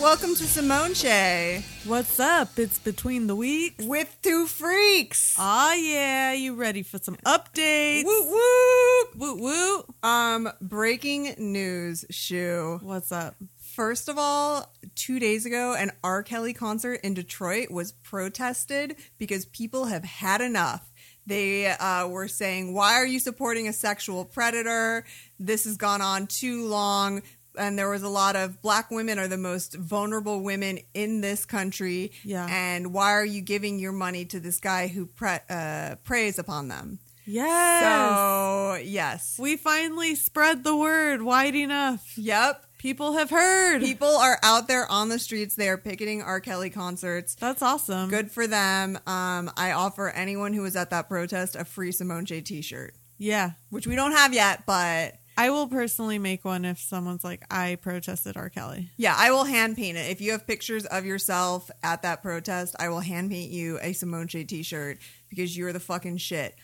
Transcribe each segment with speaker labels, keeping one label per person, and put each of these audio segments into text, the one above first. Speaker 1: welcome to Simone Shay
Speaker 2: What's up? It's between the weeks.
Speaker 1: with two freaks.
Speaker 2: Ah, yeah. You ready for some updates?
Speaker 1: Woot woot!
Speaker 2: Woot woot.
Speaker 1: Um, breaking news, Shu.
Speaker 2: What's up?
Speaker 1: First of all, two days ago, an R. Kelly concert in Detroit was protested because people have had enough. They uh, were saying, Why are you supporting a sexual predator? This has gone on too long. And there was a lot of black women are the most vulnerable women in this country.
Speaker 2: Yeah.
Speaker 1: And why are you giving your money to this guy who pre- uh, preys upon them?
Speaker 2: Yes.
Speaker 1: So, yes.
Speaker 2: we finally spread the word wide enough.
Speaker 1: Yep.
Speaker 2: People have heard.
Speaker 1: People are out there on the streets. They are picketing R. Kelly concerts.
Speaker 2: That's awesome.
Speaker 1: Good for them. Um, I offer anyone who was at that protest a free Simone J T-shirt,
Speaker 2: Yeah.
Speaker 1: which we don't have yet, but
Speaker 2: I will personally make one if someone's like, I protested R. Kelly.
Speaker 1: yeah, I will hand paint it. If you have pictures of yourself at that protest, I will hand paint you a Simone J T-shirt because you're the fucking shit.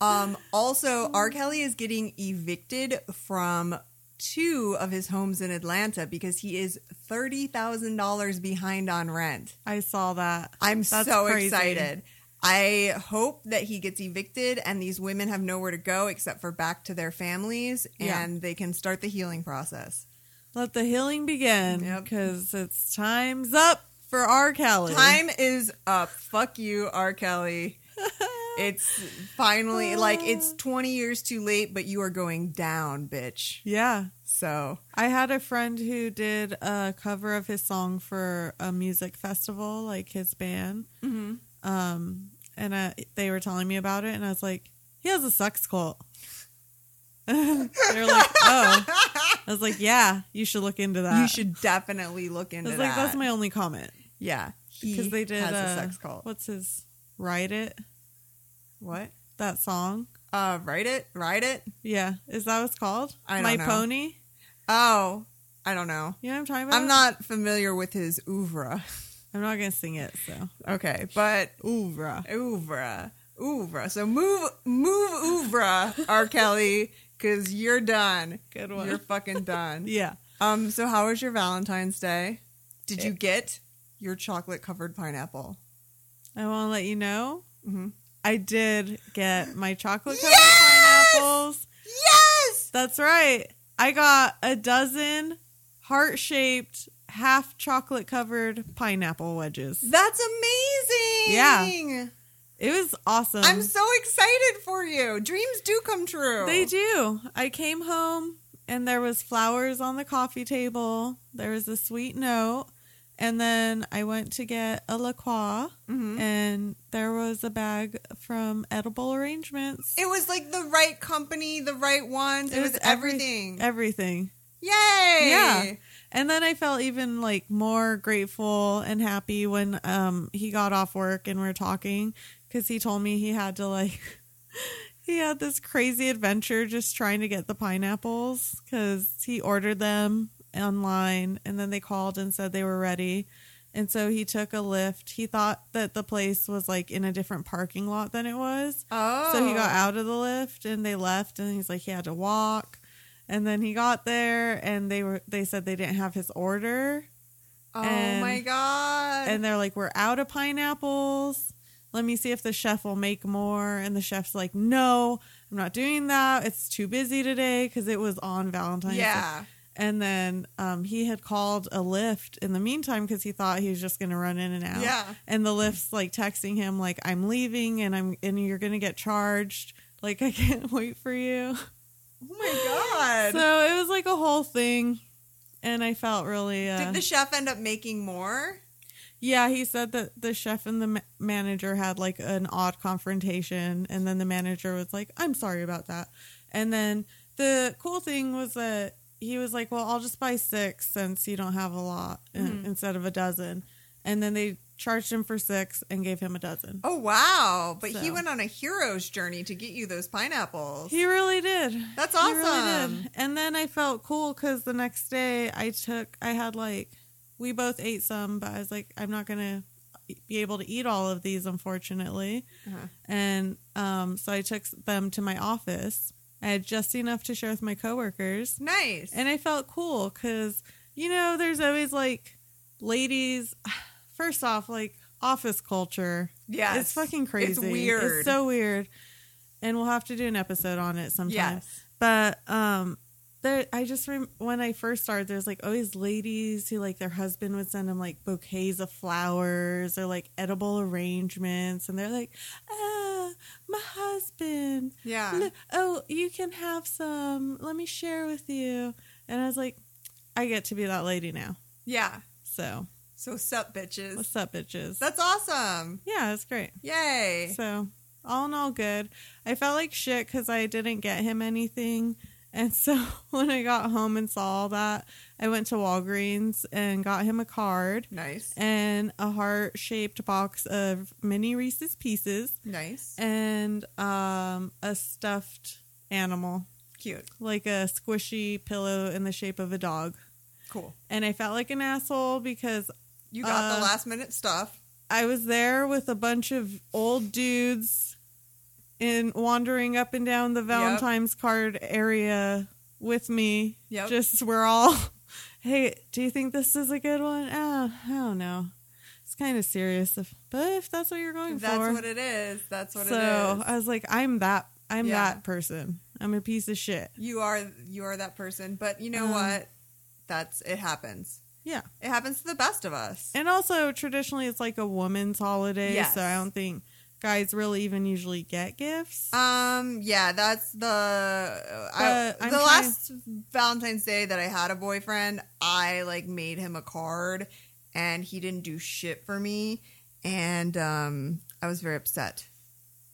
Speaker 1: Um, also, R. Kelly is getting evicted from two of his homes in Atlanta because he is thirty thousand dollars behind on rent.
Speaker 2: I saw that.
Speaker 1: I'm
Speaker 2: That's
Speaker 1: so
Speaker 2: crazy.
Speaker 1: excited. I hope that he gets evicted and these women have nowhere to go except for back to their families
Speaker 2: Yeah.
Speaker 1: and they can start the healing process.
Speaker 2: Let the healing begin
Speaker 1: Yep.
Speaker 2: because it's time's up for R. Kelly.
Speaker 1: Time is up. Fuck you, R. Kelly. It's finally like
Speaker 2: Ah.
Speaker 1: it's 20 years too late, but you are going down, bitch.
Speaker 2: Yeah.
Speaker 1: So,
Speaker 2: I had a friend who did a cover of his song for a music festival, like his band. Um, and uh, they were telling me about it, and I was like, he has a sex cult. they were like, oh. I was like, yeah, you should look into that.
Speaker 1: you should definitely look
Speaker 2: I
Speaker 1: into
Speaker 2: was like,
Speaker 1: that.
Speaker 2: that's my only comment.
Speaker 1: yeah. He
Speaker 2: Because they did
Speaker 1: has
Speaker 2: uh,
Speaker 1: a sex cult.
Speaker 2: What's his? Write It?
Speaker 1: What?
Speaker 2: That song?
Speaker 1: Uh, write it. Write it.
Speaker 2: Yeah. Is that what it's called?
Speaker 1: I don't
Speaker 2: my
Speaker 1: know.
Speaker 2: Pony?
Speaker 1: Oh, I don't know.
Speaker 2: You know what I'm talking about?
Speaker 1: I'm not familiar with his oeuvre.
Speaker 2: I'm not going to sing it, so.
Speaker 1: Okay, but
Speaker 2: Ouvra.
Speaker 1: oeuvre, oeuvre. So move, move oeuvre, R. Kelly, because you're done.
Speaker 2: Good one.
Speaker 1: You're fucking done.
Speaker 2: Yeah.
Speaker 1: um. So how was your Valentine's Day? Did you get your chocolate covered pineapple?
Speaker 2: I want to let you know
Speaker 1: Mhm.
Speaker 2: I did get my chocolate covered
Speaker 1: Yes!
Speaker 2: pineapples.
Speaker 1: Yes.
Speaker 2: That's right. I got a dozen heart shaped, half chocolate covered pineapple wedges.
Speaker 1: That's amazing.
Speaker 2: Yeah. It was awesome.
Speaker 1: I'm so excited for you. Dreams do come true.
Speaker 2: they do. I came home and there was flowers on the coffee table. There was a sweet note. And then I went to get a La Croix,
Speaker 1: Mhm.
Speaker 2: and there was a bag from Edible Arrangements.
Speaker 1: It was like the right company, the right ones. It, was,
Speaker 2: every-
Speaker 1: everything.
Speaker 2: everything.
Speaker 1: Yay!
Speaker 2: Yeah. And then I felt even like more grateful and happy when um he got off work and we are talking because he told me he had to like he had this crazy adventure just trying to get the pineapples because he ordered them online and then they called and said they were ready. And so he took a lift. He thought that the place was like in a different parking lot than it was.
Speaker 1: Oh.
Speaker 2: So he got out of the lift and they left and he's like he had to walk. And then he got there and they were they said they didn't have his order
Speaker 1: Oh
Speaker 2: and-
Speaker 1: my god.
Speaker 2: and they're like we're out of pineapples. Let me see if the chef will make more and the chef's like no, I'm not doing that. It's too busy today cuz it was on Valentine's Day.
Speaker 1: yeah.
Speaker 2: And then um, he had called a lift in the meantime because he thought he was just going to run in and out.
Speaker 1: Yeah.
Speaker 2: And the lift's like texting him like, "I'm leaving, and I'm and you're going to get charged. Like I can't wait for you."
Speaker 1: Oh my god.
Speaker 2: So it was like a whole thing, and I felt really. Uh,
Speaker 1: Did the chef end up making more?
Speaker 2: yeah, he said that the chef and the ma- manager had like an odd confrontation, and then the manager was like, "I'm sorry about that." And then the cool thing was that he was like, "Well, I'll just buy six since you don't have a lot in-
Speaker 1: Mm-hmm.
Speaker 2: instead of a dozen." And then they charged him for six and gave him a dozen.
Speaker 1: Oh wow. But he
Speaker 2: So.
Speaker 1: went on a hero's journey to get you those pineapples.
Speaker 2: He really did.
Speaker 1: That's
Speaker 2: He really
Speaker 1: awesome.
Speaker 2: did. And then I felt cool because the next day I took, I had like, we both ate some, but I was like, I'm not going to be able to eat all of these, unfortunately.
Speaker 1: Uh-huh.
Speaker 2: And um, so I took them to my office. I had just enough to share with my coworkers.
Speaker 1: nice.
Speaker 2: And I felt cool because, you know, there's always like ladies, first off, like office culture.
Speaker 1: Yes.
Speaker 2: It's fucking crazy.
Speaker 1: It's weird.
Speaker 2: It's so weird. And we'll have to do an episode on it sometime.
Speaker 1: Yes.
Speaker 2: But um there I just rem- when I first started there's like always ladies who like their husband would send them like bouquets of flowers or like edible arrangements and they're like, "Ah, my husband.
Speaker 1: Yeah.
Speaker 2: Look- oh, you can have some. Let me share with you." And I was like, I get to be that lady now.
Speaker 1: Yeah.
Speaker 2: So,
Speaker 1: So sup, bitches.
Speaker 2: what's up bitches?
Speaker 1: That's awesome.
Speaker 2: yeah, it's great.
Speaker 1: Yay.
Speaker 2: So, all in all, good. I felt like shit because I didn't get him anything. And so, when I got home and saw all that, I went to Walgreens and got him a card
Speaker 1: nice.
Speaker 2: and a heart shaped box of mini Reese's pieces
Speaker 1: nice.
Speaker 2: and um, a stuffed animal,
Speaker 1: Cute.
Speaker 2: like a squishy pillow in the shape of a dog.
Speaker 1: Cool.
Speaker 2: And I felt like an asshole because
Speaker 1: You got the
Speaker 2: Uh,
Speaker 1: last minute stuff.
Speaker 2: I was there with a bunch of old dudes in wandering up and down the Valentine's card area with me.
Speaker 1: Yep.
Speaker 2: Just we're all hey, do you think this is a good one? Ah, I don't know. It's kind of serious, if, but if that's what you're going
Speaker 1: That's
Speaker 2: for,
Speaker 1: what it is. That's what
Speaker 2: so
Speaker 1: it is.
Speaker 2: I was like, I'm that, I'm
Speaker 1: Yeah.
Speaker 2: that person. I'm a piece of shit.
Speaker 1: you are you are that person, but you know
Speaker 2: Um,
Speaker 1: what? That's it happens.
Speaker 2: Yeah.
Speaker 1: It happens to the best of us.
Speaker 2: And also, traditionally, it's like a woman's holiday,
Speaker 1: Yes.
Speaker 2: so I don't think guys really even usually get gifts.
Speaker 1: Um, yeah, that's the I,
Speaker 2: But
Speaker 1: the
Speaker 2: I'm trying-
Speaker 1: last Valentine's Day that I had a boyfriend. I like made him a card, and he didn't do shit for me, and um, I was very upset.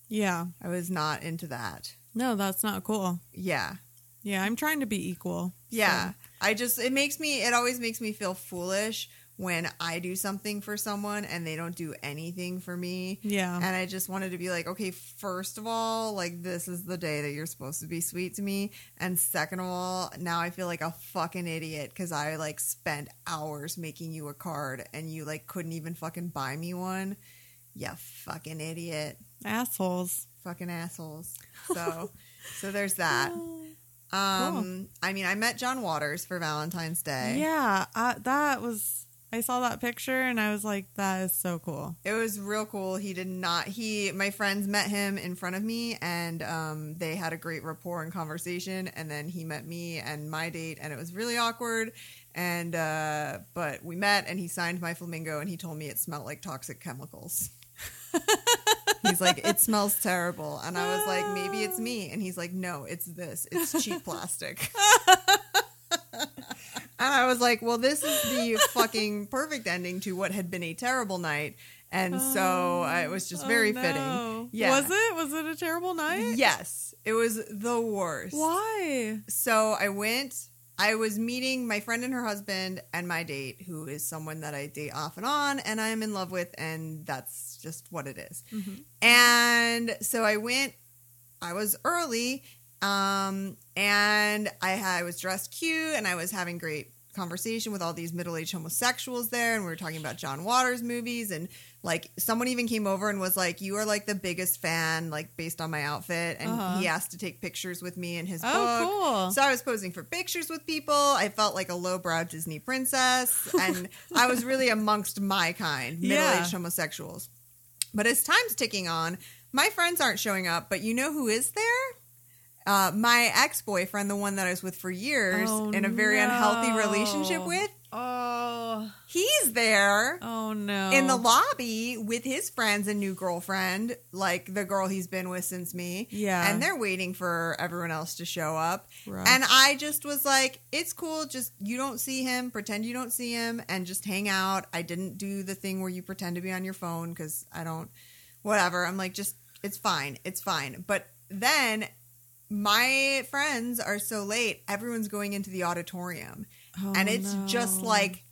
Speaker 2: yeah.
Speaker 1: I was not into that.
Speaker 2: No, that's not cool.
Speaker 1: Yeah,
Speaker 2: Yeah, I'm trying to be equal.
Speaker 1: yeah.
Speaker 2: So,
Speaker 1: I just it makes me it always makes me feel foolish when I do something for someone and they don't do anything for me.
Speaker 2: yeah.
Speaker 1: And I just wanted to be like, okay, first of all, like this is the day that you're supposed to be sweet to me, and second of all, now I feel like a fucking idiot because I like spent hours making you a card and you like couldn't even fucking buy me one. Yeah, fucking idiot,
Speaker 2: Assholes.
Speaker 1: fucking assholes. So, so there's that. Um, I mean, I met John Waters for Valentine's Day.
Speaker 2: Yeah, I, that was. I saw that picture and I was like, that is so cool.
Speaker 1: It was real cool. He did not. He, my friends met him in front of me, and um, they had a great rapport and conversation. And then he met me and my date, and it was really awkward. And uh, but we met, and he signed my flamingo, and he told me it smelled like toxic chemicals. he's like, it smells terrible, and I was like, maybe it's me, and he's like, no, it's this. It's cheap plastic. And I was like, well, this is the fucking perfect ending to what had been a terrible night. And so uh, it was just
Speaker 2: Oh,
Speaker 1: very fitting. Yeah.
Speaker 2: Was it? Was it a terrible night?
Speaker 1: Yes. It was the worst.
Speaker 2: Why?
Speaker 1: So I went, I was meeting my friend and her husband and my date, who is someone that I date off and on and I am in love with. And that's just what it is. And so I went, I was early, um, and I, had, I was dressed cute and I was having great conversation with all these middle-aged homosexuals there and we were talking about John Waters movies and like someone even came over and was like you are like the biggest fan like based on my outfit and
Speaker 2: Uh-huh.
Speaker 1: he asked to take pictures with me in his book
Speaker 2: Oh, cool.
Speaker 1: so I was posing for pictures with people. I felt like a lowbrow Disney princess, and I was really amongst my kind,
Speaker 2: Yeah.
Speaker 1: middle-aged homosexuals. But as time's ticking on, my friends aren't showing up. But you know who is there? Uh, my ex-boyfriend, the one that I was with for years,
Speaker 2: Oh,
Speaker 1: in a very unhealthy
Speaker 2: no.
Speaker 1: relationship with.
Speaker 2: oh,
Speaker 1: He's there
Speaker 2: oh no.
Speaker 1: in the lobby with his friends and new girlfriend, like the girl he's been with since me.
Speaker 2: Yeah.
Speaker 1: And they're waiting for everyone else to show up.
Speaker 2: Rough.
Speaker 1: And I just was like, it's cool. Just you don't see him, pretend you don't see him, and just hang out. I didn't do the thing where you pretend to be on your phone because I don't, whatever. I'm like, just, it's fine. It's fine. But then my friends are so late, everyone's going into the auditorium
Speaker 2: Oh,
Speaker 1: and it's just
Speaker 2: no.
Speaker 1: like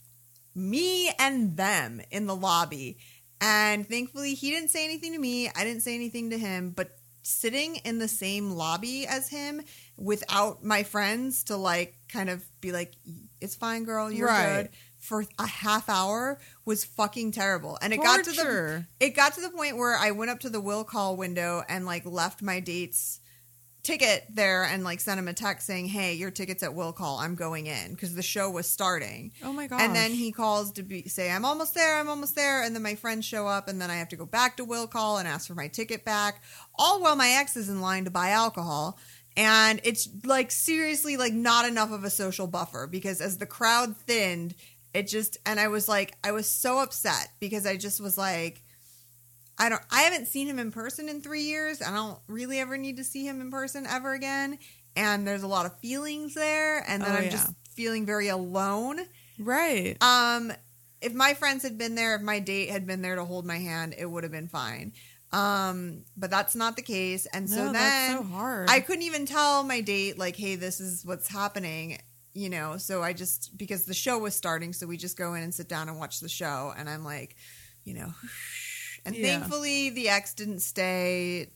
Speaker 1: me and them in the lobby. And thankfully, he didn't say anything to me. I didn't say anything to him. But sitting in the same lobby as him without my friends to like kind of be like, it's fine, girl, you're
Speaker 2: Right.
Speaker 1: good for a half hour was fucking terrible. And it got to the
Speaker 2: Torture.
Speaker 1: it got to the point where I went up to the will call window and like left my dates ticket there and like sent him a text saying, "Hey, your ticket's at will call. I'm going in" because the show was starting.
Speaker 2: Oh my gosh.
Speaker 1: And then he calls to be, say, I'm almost there, I'm almost there. And then my friends show up, and then I have to go back to Will Call and ask for my ticket back, all while my ex is in line to buy alcohol. And it's like seriously, like not enough of a social buffer because as the crowd thinned, it just, and I was like, I was so upset because I just was like, I don't, I haven't seen him in person in three years. I don't really ever need to see him in person ever again. And there's a lot of feelings there. And then
Speaker 2: Oh,
Speaker 1: I'm
Speaker 2: yeah.
Speaker 1: just feeling very alone.
Speaker 2: Right.
Speaker 1: Um, if my friends had been there, if my date had been there to hold my hand, it would have been fine. Um, but that's not the case. And so
Speaker 2: no,
Speaker 1: then
Speaker 2: that's so hard.
Speaker 1: I couldn't even tell my date, like, hey, this is what's happening, you know. So I just, because the show was starting, so we just go in and sit down and watch the show. And I'm like, you know, and
Speaker 2: Yeah.
Speaker 1: thankfully the ex didn't stay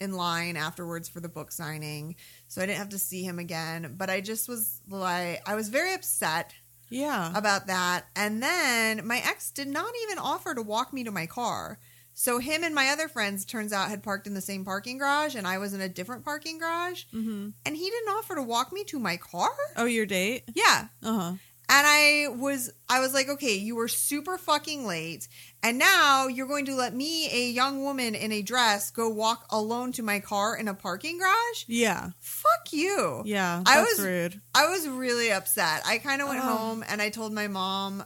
Speaker 1: in line afterwards for the book signing. So I didn't have to see him again. But I just was like, I was very upset
Speaker 2: yeah.
Speaker 1: about that. And then my ex did not even offer to walk me to my car. So him and my other friends turns out had parked in the same parking garage and I was in a different parking garage
Speaker 2: hmm
Speaker 1: and he didn't offer to walk me to my car?
Speaker 2: Oh, your date?
Speaker 1: Yeah.
Speaker 2: Uh huh.
Speaker 1: And I was I was like, "Okay, you were super fucking late and now you're going to let me, a young woman in a dress, go walk alone to my car in a parking garage?
Speaker 2: Yeah.
Speaker 1: Fuck you."
Speaker 2: Yeah.
Speaker 1: I
Speaker 2: That's
Speaker 1: was-
Speaker 2: rude.
Speaker 1: I was really upset. I kind of went
Speaker 2: Oh.
Speaker 1: home and I told my mom,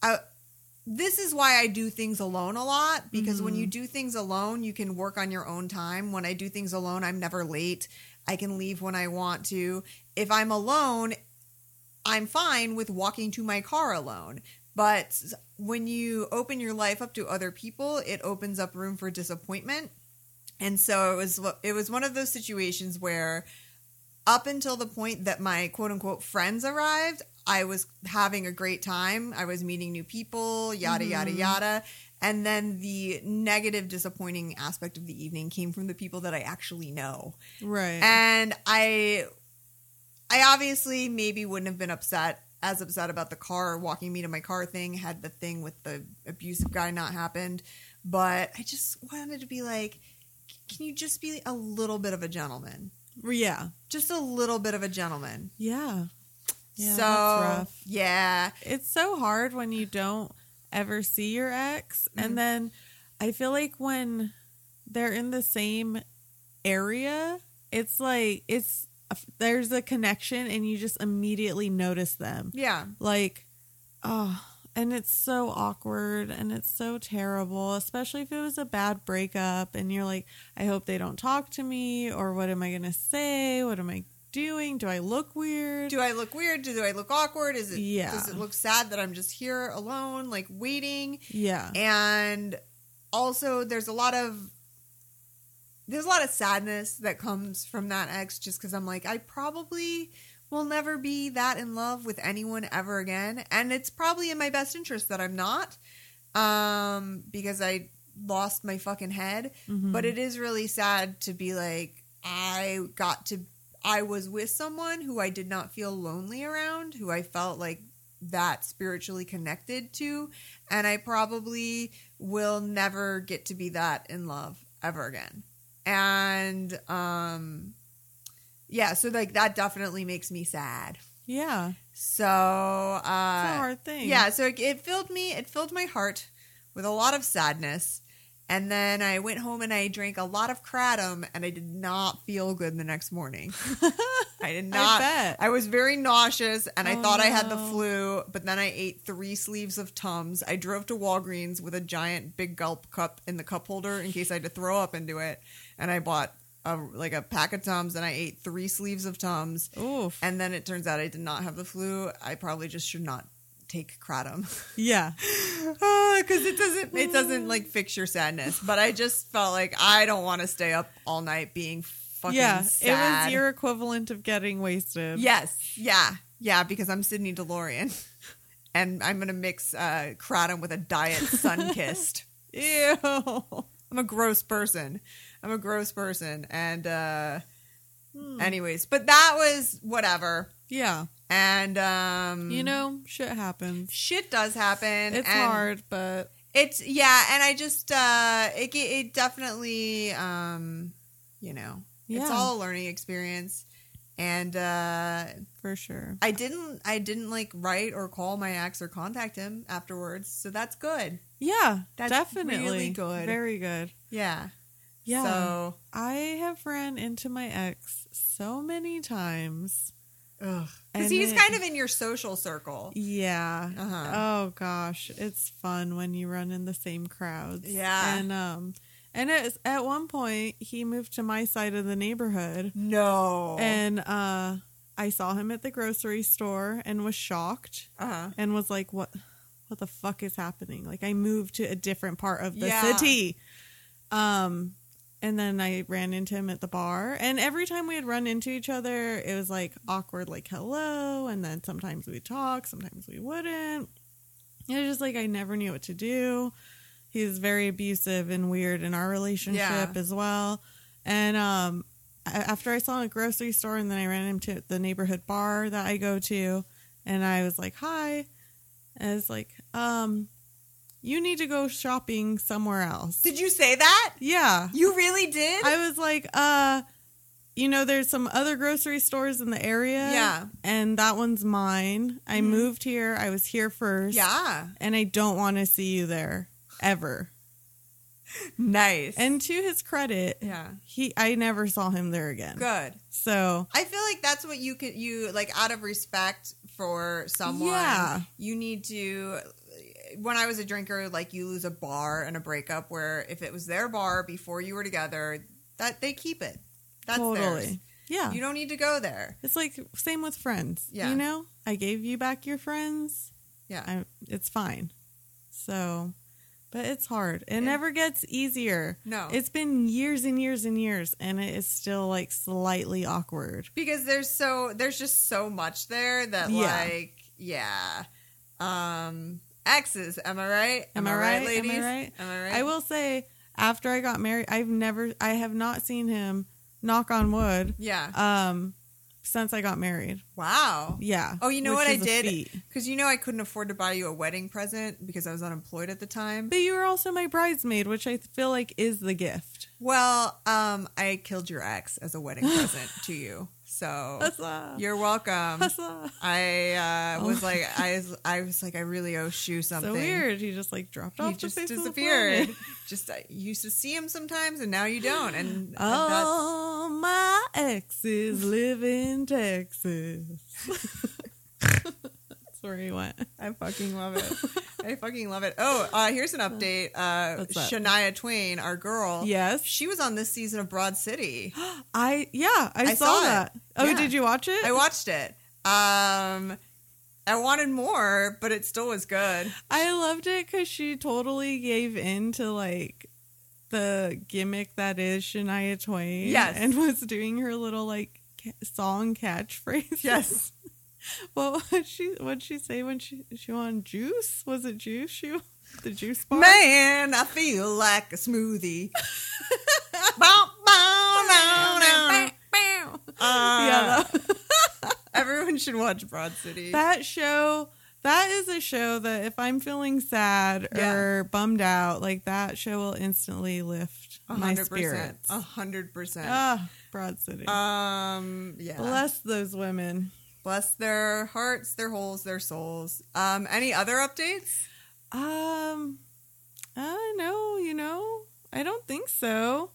Speaker 1: I, this is why I do things alone a lot because when
Speaker 2: Mhm.
Speaker 1: you do things alone, you can work on your own time. When I do things alone, I'm never late. I can leave when I want to. If I'm alone, I'm fine with walking to my car alone. But when you open your life up to other people, it opens up room for disappointment. And so it was it was one of those situations where up until the point that my quote unquote friends arrived, I was having a great time. I was meeting new people, yada, yada,
Speaker 2: Mhm.
Speaker 1: yada. And then the negative, disappointing aspect of the evening came from the people that I actually know.
Speaker 2: Right.
Speaker 1: And I I obviously maybe wouldn't have been upset as upset about the car walking me to my car thing had the thing with the abusive guy not happened, but I just wanted to be like can you just be a little bit of a gentleman?
Speaker 2: yeah.
Speaker 1: Just a little bit of a gentleman.
Speaker 2: Yeah. Yeah.
Speaker 1: so
Speaker 2: that's rough.
Speaker 1: yeah,
Speaker 2: it's so hard when you don't ever see your ex
Speaker 1: Mhm.
Speaker 2: and then i feel like when they're in the same area it's like it's there's a connection and you just immediately notice them
Speaker 1: yeah,
Speaker 2: like oh and it's so awkward and it's so terrible especially if it was a bad breakup and you're like i hope they don't talk to me or what am i going to say what am i doing do i look weird
Speaker 1: do I look weird? Do I look awkward? Is it
Speaker 2: Yeah.
Speaker 1: does it look sad that I'm just here alone, like waiting?
Speaker 2: yeah
Speaker 1: And also there's a lot of there's a lot of sadness that comes from that ex just because I'm like, I probably will never be that in love with anyone ever again. And it's probably in my best interest that I'm not. Um, because I lost my fucking head.
Speaker 2: Mhm.
Speaker 1: But it is really sad to be like, I got to, I was with someone who I did not feel lonely around, who I felt like that spiritually connected to. And I probably will never get to be that in love ever again. And, um, yeah, so like that definitely makes me sad.
Speaker 2: yeah
Speaker 1: So, uh,
Speaker 2: It's a hard thing.
Speaker 1: yeah, so it, it filled me, it filled my heart with a lot of sadness. And then I went home and I drank a lot of kratom and I did not feel good the next morning. I did not. I,
Speaker 2: bet.
Speaker 1: was very nauseous and I
Speaker 2: Oh,
Speaker 1: thought I had the
Speaker 2: no.
Speaker 1: flu, but then I ate three sleeves of Tums. I drove to Walgreens with a giant big gulp cup in the cup holder in case I had to throw up into it. And I bought a, like a pack of Tums and I ate three sleeves of Tums.
Speaker 2: Oof.
Speaker 1: And then it turns out I did not have the flu. I probably just should not take kratom.
Speaker 2: yeah.
Speaker 1: because it doesn't it doesn't like fix your sadness. But I just felt like I don't want to stay up all night being fucking
Speaker 2: yeah. It
Speaker 1: sad.
Speaker 2: was your equivalent of getting wasted.
Speaker 1: yes, yeah, yeah. Because I'm Sydney Delorean, and I'm gonna mix uh, kratom with a diet sun kissed.
Speaker 2: Ew.
Speaker 1: I'm a gross person. I'm a gross person. And uh, anyways, but that was whatever.
Speaker 2: Hmm. Yeah.
Speaker 1: And um,
Speaker 2: You know, shit happens.
Speaker 1: shit does happen.
Speaker 2: It's
Speaker 1: and-
Speaker 2: hard, but
Speaker 1: It's yeah, and I just uh it ge- it definitely um you know,
Speaker 2: Yeah.
Speaker 1: it's all a learning experience. And uh,
Speaker 2: for sure.
Speaker 1: I didn't, I didn't like write or call my ex or contact him afterwards, so that's good.
Speaker 2: Yeah,
Speaker 1: That's
Speaker 2: definitely
Speaker 1: really good.
Speaker 2: Very good.
Speaker 1: Yeah,
Speaker 2: Yeah.
Speaker 1: So,
Speaker 2: I have ran into my ex so many times.
Speaker 1: because
Speaker 2: And
Speaker 1: he's
Speaker 2: it-
Speaker 1: kind of in your social circle.
Speaker 2: Yeah.
Speaker 1: Uh-huh.
Speaker 2: Oh gosh, it's fun when you run in the same crowds.
Speaker 1: Yeah.
Speaker 2: And um and it's, at one point he moved to my side of the neighborhood
Speaker 1: No.
Speaker 2: and uh I saw him at the grocery store and was shocked
Speaker 1: uh-huh.
Speaker 2: and was like what what the fuck is happening? Like I moved to a different part of the
Speaker 1: Yeah.
Speaker 2: city. Um and then I ran into him at the bar and every time we had run into each other it was like awkward like hello and then sometimes we'd talk, sometimes we wouldn't. It was just like I never knew what to do. He was very abusive and weird in our relationship
Speaker 1: Yeah.
Speaker 2: as well. And um a- after I saw him at a grocery store and then I ran into the neighborhood bar that I go to and I was like, "Hi." And I was like, "Um you need to go shopping somewhere else."
Speaker 1: Did you say that?
Speaker 2: yeah.
Speaker 1: You really did?
Speaker 2: I was like, uh, you know, there's some other grocery stores in the area.
Speaker 1: Yeah. Mm-hmm.
Speaker 2: And that one's mine. I moved here. I was here first.
Speaker 1: yeah.
Speaker 2: And I don't want to see you there ever.
Speaker 1: Nice.
Speaker 2: And to his credit,
Speaker 1: yeah.
Speaker 2: he I never saw him there again.
Speaker 1: Good.
Speaker 2: So
Speaker 1: I feel like that's what you could you like out of respect for someone.
Speaker 2: Yeah.
Speaker 1: You need to. When I was a drinker, like you lose a bar and a breakup. Where if it was their bar before you were together, that they keep it. That's
Speaker 2: totally.
Speaker 1: theirs.
Speaker 2: Yeah.
Speaker 1: You don't need to go there.
Speaker 2: it's like same with friends.
Speaker 1: Yeah.
Speaker 2: You know? I gave you back your friends.
Speaker 1: Yeah.
Speaker 2: I, it's fine. So, but it's hard. It
Speaker 1: Yeah.
Speaker 2: never gets easier.
Speaker 1: No.
Speaker 2: It's been years and years and years, and it is still like slightly awkward.
Speaker 1: because there's so there's just so much there that
Speaker 2: Yeah.
Speaker 1: like yeah. Um exes, am I right?
Speaker 2: Am I right? Am I
Speaker 1: ladies?
Speaker 2: right?
Speaker 1: Am I right?
Speaker 2: I will say, after I got married, I've never, I have not seen him, knock on wood,
Speaker 1: Yeah.
Speaker 2: um, since I got married.
Speaker 1: Wow.
Speaker 2: Yeah.
Speaker 1: Oh, you know
Speaker 2: which
Speaker 1: what I
Speaker 2: is a
Speaker 1: did?
Speaker 2: feat.
Speaker 1: Because you know I couldn't afford to buy you a wedding present because I was unemployed at the time.
Speaker 2: But you were also my bridesmaid, which I feel like is the gift.
Speaker 1: Well, um, I killed your ex as a wedding present to you, so
Speaker 2: Huzzah.
Speaker 1: Oh. you're welcome.
Speaker 2: Huzzah.
Speaker 1: I uh,
Speaker 2: Oh
Speaker 1: was
Speaker 2: my
Speaker 1: like, I was, I was like, I really owe Shu something.
Speaker 2: So weird. He just like dropped
Speaker 1: You
Speaker 2: off.
Speaker 1: just
Speaker 2: the face of the
Speaker 1: disappeared.
Speaker 2: planet.
Speaker 1: just I used to see him sometimes, and now you don't. And uh,
Speaker 2: Oh. All my exes live in Texas. That's where he went.
Speaker 1: that's, I fucking love it. I fucking love it. Oh, uh, here's an update. Uh,
Speaker 2: What's up?
Speaker 1: Shania Twain, our girl.
Speaker 2: Yes,
Speaker 1: She was on this season of Broad City.
Speaker 2: I yeah I,
Speaker 1: I
Speaker 2: saw,
Speaker 1: saw it.
Speaker 2: that. Oh,
Speaker 1: Yeah.
Speaker 2: did you watch it?
Speaker 1: I watched it. Um, I wanted more, but it still was good.
Speaker 2: I loved it because she totally gave in to like the gimmick that is Shania Twain.
Speaker 1: Yes.
Speaker 2: and was doing her little like ca- song catchphrase.
Speaker 1: Yes.
Speaker 2: what was she? What would she say when she she wanted juice? Was it juice? She the juice bar.
Speaker 1: Man, I feel like a smoothie. Bow, bow,
Speaker 2: Bow.
Speaker 1: now, now. Uh,
Speaker 2: Yeah, that-
Speaker 1: everyone should watch Broad City.
Speaker 2: that show that is a show that if i'm feeling sad
Speaker 1: Yeah.
Speaker 2: or bummed out like that show will instantly lift
Speaker 1: A
Speaker 2: my
Speaker 1: hundred percent. Oh,
Speaker 2: spirits
Speaker 1: A hundred percent.
Speaker 2: ah broad city
Speaker 1: Um, yeah. Bless.
Speaker 2: bless those women
Speaker 1: their hearts, their holes, their souls. Um, any other updates?
Speaker 2: um i don't know you know i don't think so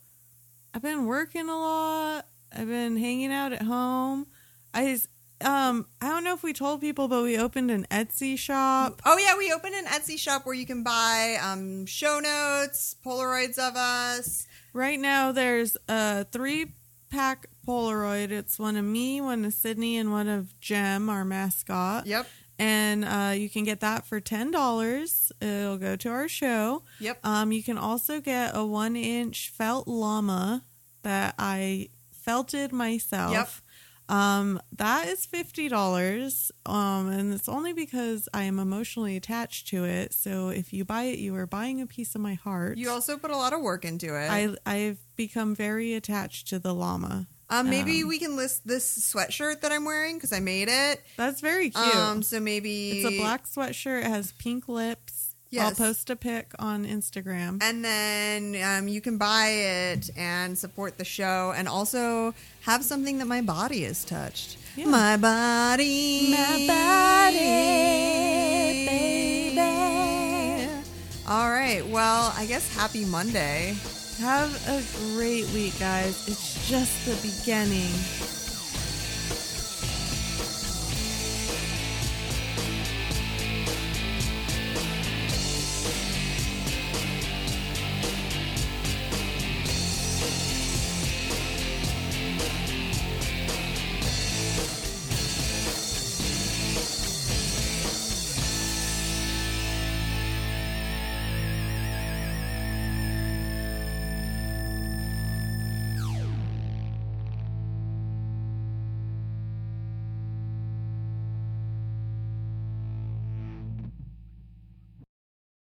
Speaker 2: i've been working a lot i've been hanging out at home i s- um i don't know if we told people but we opened an etsy shop
Speaker 1: Oh yeah, we opened an Etsy shop where you can buy um show notes, Polaroids of us.
Speaker 2: Right now, there's a three pack Polaroid. It's one of me, one of Sydney, and one of Jem, our mascot.
Speaker 1: Yep.
Speaker 2: And uh, you can get that for $10. It'll go to our show.
Speaker 1: Yep.
Speaker 2: Um, you can also get a one inch felt llama that I felted myself.
Speaker 1: Yep.
Speaker 2: Um, that is fifty dollars. Um, and it's only because I am emotionally attached to it. So if you buy it, you are buying a piece of my heart.
Speaker 1: You also put a lot of work into it.
Speaker 2: I I've become very attached to the llama.
Speaker 1: um, maybe
Speaker 2: um,
Speaker 1: we can list this sweatshirt that I'm wearing because I made it.
Speaker 2: That's very cute.
Speaker 1: Um, so maybe
Speaker 2: it's a black sweatshirt. It has pink lips. I'll
Speaker 1: Yes.
Speaker 2: post a pic on Instagram.
Speaker 1: And then um, you can buy it and support the show and also have something that my body is touched.
Speaker 2: Yeah.
Speaker 1: My body.
Speaker 2: My body, baby.
Speaker 1: All right. Well, I guess happy Monday.
Speaker 2: Have a great week, guys. It's just the beginning.